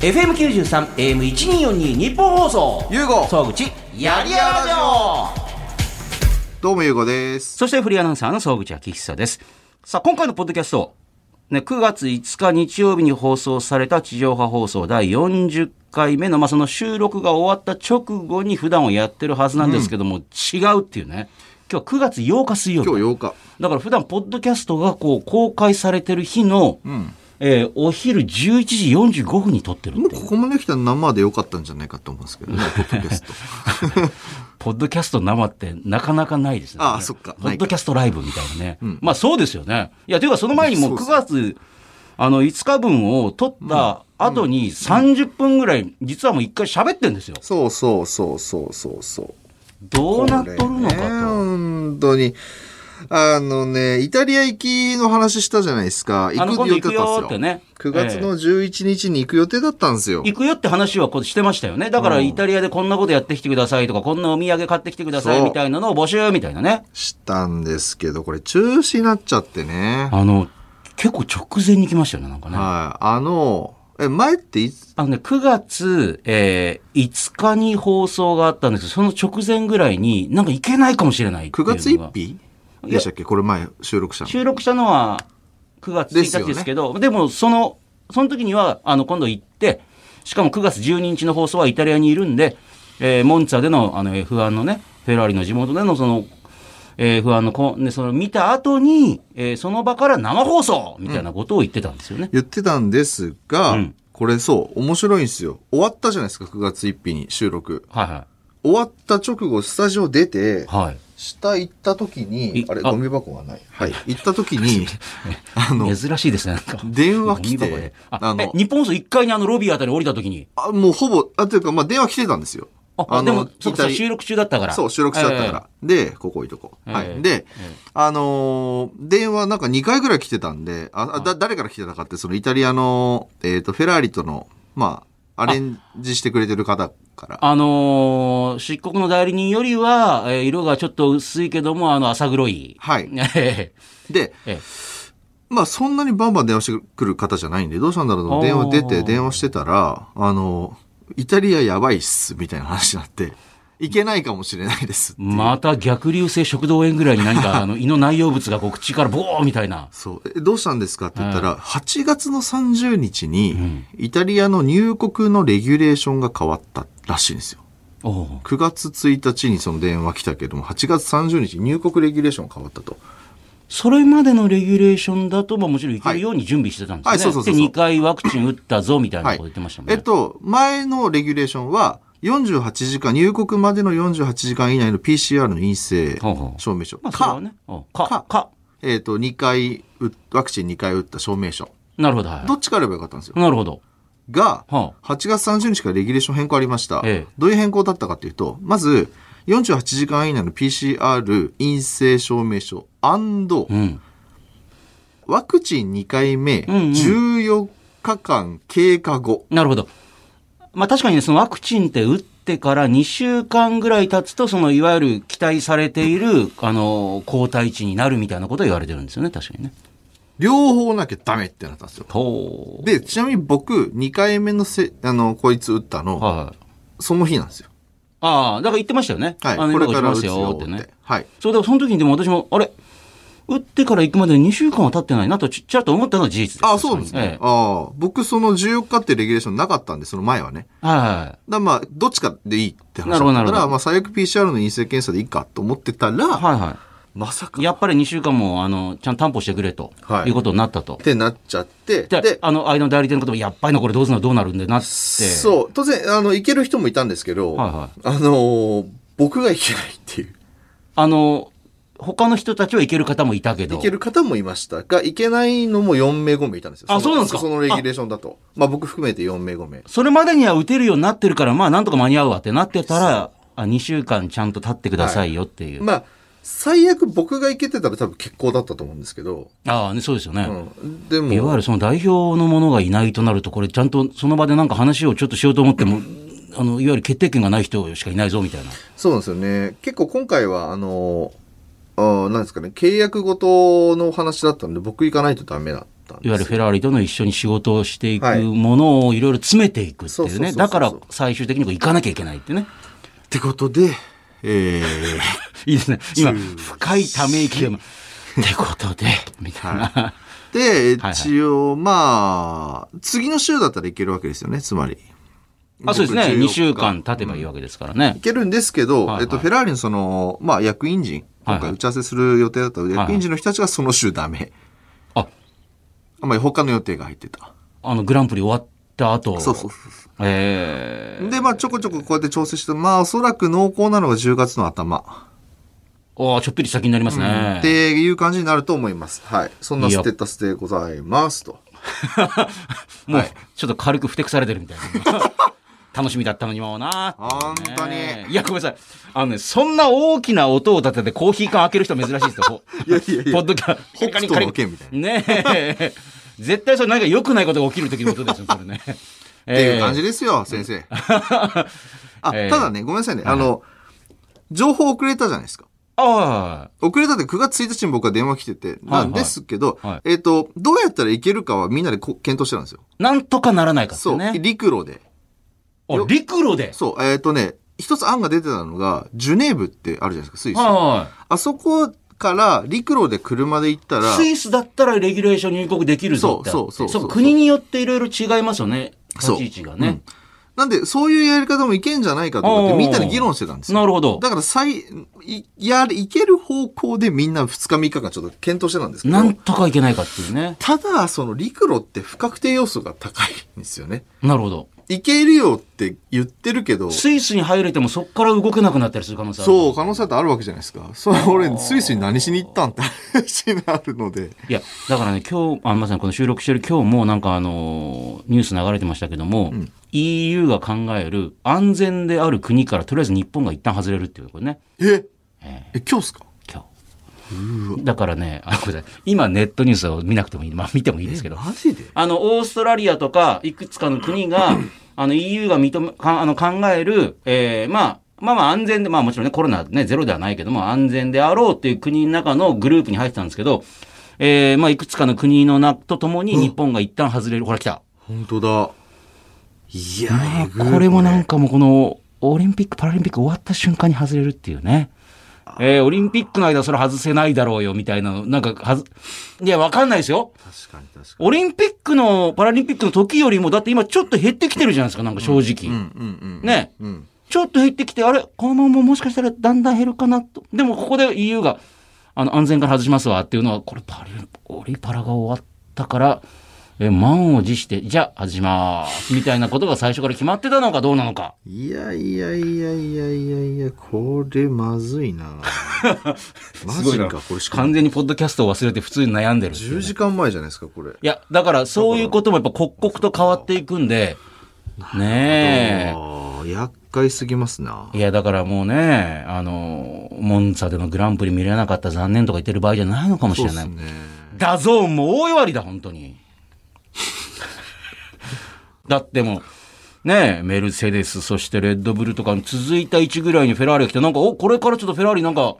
FM93、AM1242 日本放送。ゆうご総口、やりやらじょどうもゆうごです。そしてフリーアナウンサーの総口昭久です。さあ、今回のポッドキャスト、ね、9月5日日曜日に放送された地上波放送第40回目の、まあ、その収録が終わった直後に普段をやってるはずなんですけども、違うっていうね。今日9月8日水曜日今。日8日。だから普段ポッドキャストがこう公開されてる日の、えーお昼11時45分に撮ってるもっうていこうこまで来たら生でよかったんじゃないかと思うんですけどね、ポッドキャスト。ポッドキャスト生ってなかなかないですねああそっかポッドキャストライブみたいなね、んまあそうですよねいやというかその前にもうそう9そ月あの5日分を撮った後に30分ぐらい実はもう一回喋ってるんですよそうそうそうそうそうそう。どうなっとるのかこれねと。本当に。あのね、イタリア行きの話したじゃないですか。あの行く予定だったんですよ。今度行くよってね9月の11日に行く予定だったんですよ。行くよって話はこうしてましたよね。だからイタリアでこんなことやってきてくださいとか、こんなお土産買ってきてくださいそうみたいなのを募集みたいなね。したんですけど、これ中止になっちゃってね。はい。あの、結構直前に来ましたよね、なんかね。あの、え、前っていつあのね、9月、えー5日に放送があったんですけど、その直前ぐらいに、なんかいけないかもしれないってい ?9 うのが月1日でしたっけこれ前収録したの。収録したのは9月です1よ日ねですけど、でもその、その時には、あの、今度行って、しかも9月12日の放送はイタリアにいるんで、えーモンツァでのあの F1 のね、フェラーリの地元でのその、えー F1 のこ、ね、その見た後に、えーその場から生放送みたいなことを言ってたんですよね。言ってたんですが、うんこれそう、面白いんですよ。終わったじゃないですか、9月1日に収録。はいは終わった直後、スタジオ出い。、てはい。下行った時にい、あれ、あゴミ箱がない。はい。行った時 に、あの、珍しいですね、なんか。電話来ゴミ箱でて、ああえの、日本放送1階にあのロビーあたり降りた時に。あもうほぼ、あ、というか、まあ、電話来てたんですよ。あ、でも、そうかそイタうリ収録中だったから。そう、収録しちゃったかええら。で、ここ置いとこう。はえい。えで、あのー電話なんか2回ぐらい来てたんで、あ、あだ、誰から来てたかって、そのイタリアの、えっ、と、フェラーリとの、まあ、アレンジしてくれてる方から。あのー、漆黒の代理人よりは、えー色がちょっと薄いけども、あの、浅黒い。はい。えで、えまあ、そんなにバンバン電話してくる方じゃないんで、どうしたんだろうと電話出あて、ー電話してたら、あのーイタリアやばいっす、みたいな話になって、行けないかもしれないですっていうまた逆流性食道炎ぐらいに何か、あ の、胃の内容物がこう口からボーみたいな。そう。えどうしたんですかって言ったら、8月の30日に、イタリアの入国のレギュレーションが変わったらしいんですよ。おう9月1日にその電話来たけども、8月30日に入国レギュレーション変わったと。それまでのレギュレーションだと、まあもちろんいけるように準備してたんですね。はいそうそうそうそうで、2回ワクチン打ったぞ、みたいなはこいと言ってましたもんね。えっと、前のレギュレーションは、48時間、入国までの48時間以内の PCR の陰性ほうほう証明書。まあ、それはか、ね。おうか、かか、えっと、2回打っ、ワクチン2回打った証明書。なるほど、はどっちかあればよかったんですよい。。なるほど。が、は8月30日からレギュレーション変更ありました。ええどういう変更だったかというと、まず、48時間以内の PCR 陰性証明書あ。うん。ワクチン2回目んうん14日間経過後。なるほど。まあ確かにね、そのワクチンって打ってから2週間ぐらい経つと、そのいわゆる期待されている、あの、抗体値になるみたいなことを言われてるんですよね、確かにね。両方なきゃダメってなったんですよ。ほう。で、ちなみに僕、2回目のせ、あの、こいつ打ったの、はい。その日なんですよ。ああ、だから言ってましたよね。はい。あの、これ今かからら打ちま打つすよよっってて。ね。はい。そうだからその時にでも私も、あれ打ってから行くまで2週間は経ってないなとちっちゃいと思ったのは事実です。あ、そうなんですね。ええああ、僕その14日ってレギュレーションなかったんで、その前はね。はだからまあ、どっちかでいいって話だなるほどなっるたほら、どまあ、最悪 PCR の陰性検査でいいかと思ってたら、い。はいはまさかい。っやっぱり2週間も、あの、ちゃんと担保してくれと、はいい、うことになったと。てなっちゃって、で、で、あの、間の代理店のことも、やっぱりな、これどうするのどうなるんでなって。そう、当然、あの、行ける人もいたんですけど、はいはいあのー僕が行けないっていう。あの、他の人たちは行ける方もいたけど。行ける方もいましたが、行けないのも4名5名いたんですよ。あのそうなんですかそのレギュレーションだと。まあ、僕含めて4名5名。それまでには打てるようになってるから、まあなんとか間に合うわってなってたら、あ2週間ちゃんと立ってくださいよっていう。まあ、最悪僕が行けてたら多分結構だったと思うんですけど、ああ、ね、そうですよね。うん。でいわも、ゆるその代表の者がいないとなると、これちゃんとその場でなんか話をちょっとしようと思っても、あの、いわゆる決定権がない人しかいないぞみたいな。そうなんですよね。結構今回は、あのー、あーなんですかね、契約ごとのお話だったんで、僕行かないとダメだっったんいわゆでるすフェラーリとの一緒に仕事をしていくはいものをいろいろ詰めていくってそういそううそうね。そうだから最終的にこう行かなきゃいけないってね。ってことで、 えー、いいですね。今、深いため息が。ってことで、みたいな。ではい、一応、まあ、次の週だったらいけるわけですよね、つまり。あ、そうです僕ね。 14 2週間経てばいいわけですからねい。けるんですけど、はいはいえっと、フェラーリのその、まあ、役員陣、今はいは回い打ち合わせする予定だったいはい役員陣の人たちがその週ダメ。あ、あんまり他の予定が入ってた。あの、グランプリ終わった後。そうそうそええう。で、まあ、ちょこちょここうやって調整して、まあ、おそらく濃厚なのが10月の頭。ああ、ちょっぴり先になりますね。っていう感じになると思います。はい。そんなステッタスでございますと。もう、はいちょっと軽くふてくされてるみたいな。 楽しみだったのにもうなって本ね当に。いや、ごめんなさい。あのね、そんな大きな音を立ててコーヒー缶開ける人珍しいですよ。 いやいやいやポッドキャ北斗の拳みたいな。ねえ。絶対それ何か良くないことが起きる時の音ですよ、それね。っていう感じで。ですよ、先生。あ、えーただね、ごめんなさいね。あの、情報遅れたじゃないですか。あ遅れたって9月1日に僕は電話来てて、なんですけど、はいはいえっ、と、どうやったらいけるかはみんなでこ検討してたんですよ。あ、なんとかならないかってそう、ね。陸路で。あ陸路で。そう、えっ、とね、一つ案が出てたのが、ジュネーブってあるじゃないですか、スイス。はあそこから陸路で車で行ったらい。、スイスだったらレギュレーション入国できるぞってあってそうそうそうそう国によっていろいろ違いますよね。そう立ち位置がね。うんなんで、そういうやり方もいけんじゃないかと思って、おーみんなで議論してたんですよ。なるほどだから、最、い、や、いける方向でみんな2日3日間ちょっと検討してたんですけど、なんとかいけないかっていうね。ただ、その陸路って不確定要素が高いんですよね。なるほど。いけるよって言ってるけど、スイスに入れてもそこから動けなくなったりする可能性ある。そう、可能性だってあるわけじゃないですか。そう、俺、スイスに何しに行ったんって話になるので。いや、だからね、今日、あまさにこの収録してる今日も、なんかあのーニュース流れてましたけども、EU が考える安全である国からとりあえず日本が一旦外れるっていうこれね、ええ、今日っすか今日。だからね、あごめんなさい今ネットニュースを見なくてもいい、まあ見てもいいですけど、マジであの、オーストラリアとか、いくつかの国 が、あの、EU が認め、かあの、考える、えーまあ、まあまあ安全で、まあもちろんね、コロナね、ゼロではないけども、安全であろうっていう国の中のグループに入ってたんですけど、えーまあいくつかの国のな、とともに日本が一旦外れる。ほら来た。本当だ。いや、えぐいこれもなんかもうこの、オリンピック、パラリンピック終わった瞬間に外れるっていうね。えーオリンピックの間それ外せないだろうよ、みたいな、なんか、はず、いや、わかんないですよ。確かに確かオリンピックの、パラリンピックの時よりも、だって今ちょっと減ってきてるじゃないですか、なんか正直。に。うんうんうん。ね。うん。ちょっと減ってきて、あれこのままもしかしたらだんだん減るかなと。でもここで EU が、あの、安全から外しますわっていうのは、これパリ、オリパラが終わったから、え、満を持して、じゃあ、始まーす。みたいなことが最初から決まってたのかどうなのか。いやいやいやいやいやいや、これまずい なマジか、これしかも完全にポッドキャストを忘れて普通に悩んでるっていうね、 10時間前じゃないですか、これ。いや、だからそういうこともやっぱ刻々と変わっていくんで、ねえ。。ああ、厄介すぎますないや、だからもうね、あの、モンツァでのグランプリ見れなかった残念とか言ってる場合じゃないのかもしそうれでない。すね。ダゾーンも大弱りだ、本当に。 だってもう、ねえ、メルセデス、そしてレッドブルとか続いた位置ぐらいにフェラーリが来て、なんか、お、これからちょっとフェラーリなんか、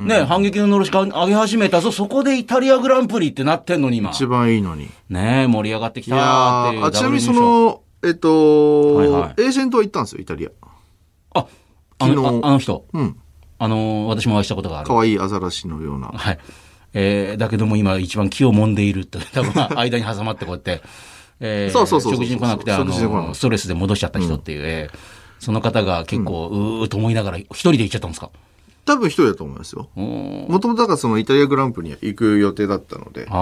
ねえ、反撃ののろしか上げ始めたぞ、そこでイタリアグランプリってなってんのに今。一番いいのに。ねえ、盛り上がってきいたやーっていう。ーあちなみにそ W 優勝、の、えっと、はいはいエージェントは行ったんですよ、イタリア。あ、あの、昨日ああの人、うん。あのー、私もお会いしたことがある可。愛いアザラシのような。はい。えー、だけども今一番気を揉んでいると、多分間に挟まってこうやって、えー、そうそうそうそう食事に来なくて、あ食事に来なくの、てストレスで戻しちゃった人っていう、えーその方が結構、うーっと思いながら一人で行っちゃったんですか多分一人だと思いますよ。うーん。もともとだからそのイタリアグランプリに行く予定だったので、あ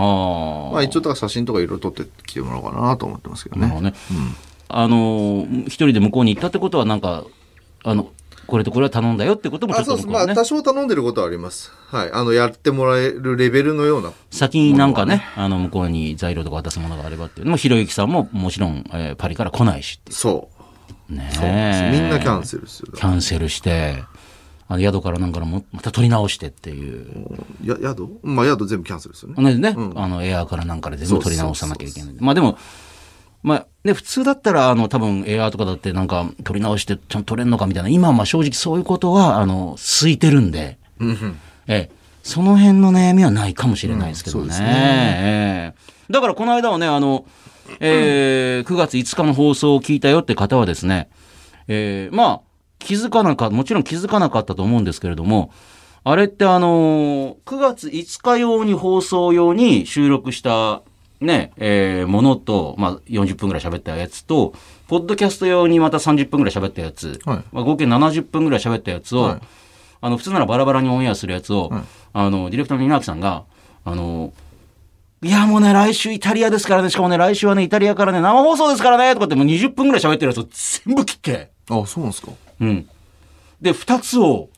あ。まあ一応だから写真とかいろいろ撮ってきてもらおうかなと思ってますけどなるほね。どね。あのー、一人で向こうに行ったってことはなんか、あの、これとこれは頼んだよってこともちょあ、っそとうです。向まこうあね、多少頼んでることはあります。はい。あの、やってもらえるレベルのような。先になんかね、あの、向こうに材料とか渡すものがあればっていうのも、ひろゆきさんももちろん、えーパリから来ないしっていそう。うね。そうなんですみんなキャンセルする。キャンセルして、あの宿からなんからもまた取り直してっていう。や、宿まあ宿全部キャンセルですよね。ね、ねあのエアーからなんから全部取り直さなきゃいけない。まあでも、まあね、普通だったら、あの、多分エアーとかだってなんか取り直してちゃんと取れんのかみたいな、今はまあ正直そういうことは、あの、空いてるんで、ええ、その辺の悩みはないかもしれないですけどね。ええだからこの間はね、あの、えー9月5日の放送を聞いたよって方はですね、えーまあ、気づかなかった、もちろん気づかなかったと思うんですけれども、あれってあのー9月5日用に放送用に収録した、ね、えーものと、まあ、40分ぐらい喋ったやつと、ポッドキャスト用にまた30分ぐらい喋ったやつ、はいまあ、合計70分ぐらい喋ったやつを、はいあの、普通ならバラバラにオンエアするやつを、はいあの、ディレクターの稲垣さんが、あの、いや、もうね、来週イタリアですからね、しかもね、来週はね、イタリアからね、生放送ですからね、とかってもう20分ぐらい喋ってるやつを全部切って、あ、そうなんですか。うん。で、2つを、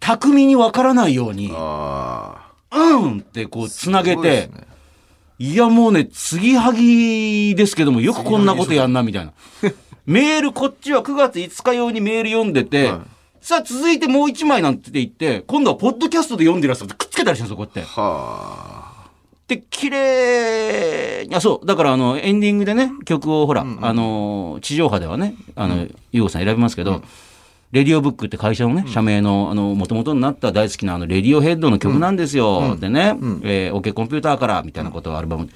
巧みにわからないように、ああ。うんってこう、つなげすごいてです、ねいや、もうね、継ぎはぎですけども、よくこんなことやんな、み たいな。メール、こっちは9月5日用にメール読んでて、はいさあ、続いてもう一枚なんて言って、今度はポッドキャストで読んでるやつとくっつけたりしてるんですよ、こうやって。はで、綺麗に、あ、そう、だからあの、エンディングでね、曲をほら、あの、地上波ではね、あの、ゆうごさん選びますけど、レディオブックって会社のね、社名の、あの、元々になった大好きなあの、レディオヘッドの曲なんですよ、でね、えー、OK コンピューターから、みたいなことをアルバム、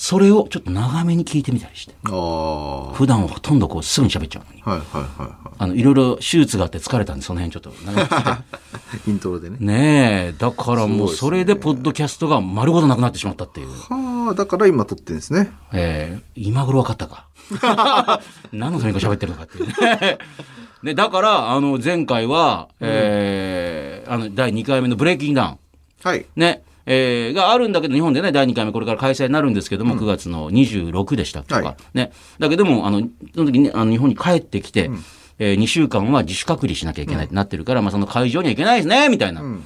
それをちょっと長めに聞いてみたりして、あ。ああ。は普段はほとんどこう、すぐに喋っちゃうのに。いはいはいはあの、いろいろ手術があって疲れたんで、その辺ちょっと長め に聞いて。い。イントロでね。ねえ、だからもう、すそごいれですねでポッドキャストが丸ごとなくなってしまったっていう。はあ、だから今撮ってるんですね。えー今頃分かったか。 何のためにこう喋ってるのかっていう ね。で、だから、あの、前回は、えーあの、第2回目のブレイキングダウン、はい。ね、えーがあるんだけど、日本でね、第2回目これから開催になるんですけども、9月の26でしたっけとか、はいね。だけども、あの、その時に、あの、日本に帰ってきて、え2週間は自主隔離しなきゃいけないってなってるから、まあ、その会場には行けないですね、みたいな。ん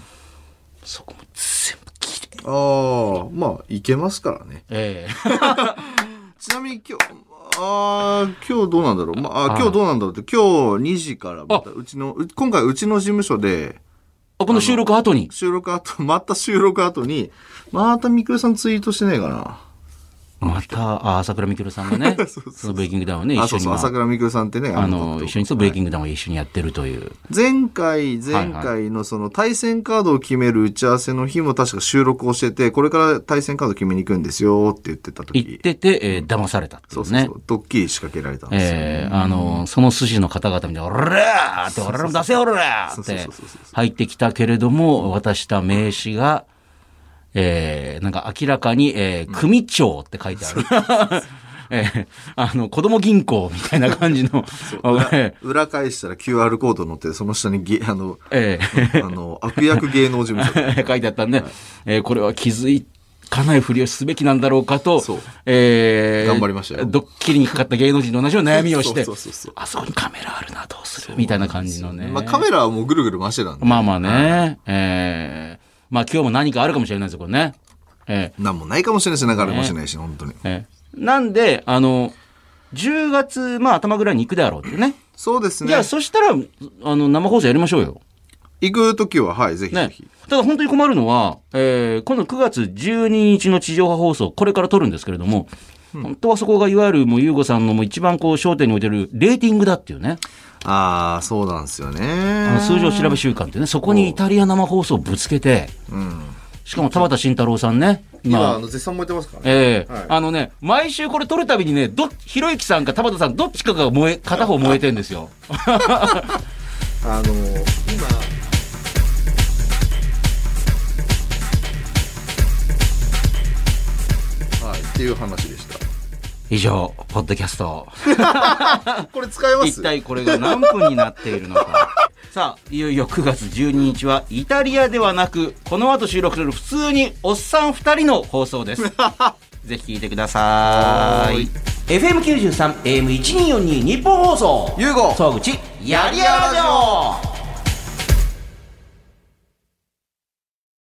そこも全部切れ。ああ、まあ、いけますからね。えー ちなみに今日、ああ、今日どうなんだろう。まあ、あー今日どうなんだろうって、今日2時からまた、うちの、う今回うちの事務所で、あこの収録後に。収録後、 また収録後に、またみくるさんツイートしてねえかな。また、あ朝倉未来さんがね、 そうそうそのブレイキングダウンをね、一あ、緒そうに、そう、まあ朝倉みくるさんってね、あの、撮っ一緒にそう、ブレイキングダウンを一緒にやってるという。前回、はい前回のその対戦カードを決める打ち合わせの日も確か収録をしてて、これから対戦カード決めに行くんですよって言ってた行っ時、てて、えー騙されたっていそううそうねそ。う、ドッキリ仕掛けられたんですよ。えーあの、その筋の方々みたいな、おらーって、俺らも出せよ、おらーそっうそうてそうそうそう、入ってきたけれども、渡した名刺が、えーなんか明らかに、えー組長って書いてある。 えーあの、子供銀行みたいな感じの、 えー裏返したら QR コード載って、その下にげ、あの、えー あの、悪役芸能事務 所。書いてあったんで、えーこれは気づかないふりをすべきなんだろうかとそう、えー頑張りましたよドッキリにかかった芸能人の同じような悩みをしてそうそうそうそう、あそこにカメラあるな、どうするみたいな感じのね。まあカメラはもうぐるぐる回してたんで。まあまあね、えーまあ今日も何かあるかもしれないですよ、これね。えなんもないかもしれないし、なんかあるかもしれないし、本当に。ーえーなんで、あの、10月、まあ頭ぐらいに行くだろうってね。そうですじゃねあ。そしたら、あの、生放送やりましょうよ。行くときは、はい、ぜひぜねひ。、ただ本当に困るのは、えー、今度9月12日の地上波放送、これから撮るんですけれども、本当はそこがいわゆるもう優吾さんのもう一番こう焦点に置いてるレーティングだっていうね、ああ、そうなんですよあのね。数字を調べ週間っていうね、そこにイタリア生放送をぶつけて、うん。しかも田畑慎太郎さんね、今、あ今、の、絶賛燃えてますからね。ええはいあのね、毎週これ撮るたびにね、ど、ひろゆきさんか田畑さん、どっちかが燃え、片方燃えてんですよ。あの、今、はい、っていう話でした。以上、ポッドキャスト。これ使えま一す体これが何分になっているのか さあいよいよ9月12日はイタリアではなくこの後収録する普通におっさん2人の放送 ですぜひ聞いてくださいはーい FM93AM1242 日本放送ユーゴ総口やりやろう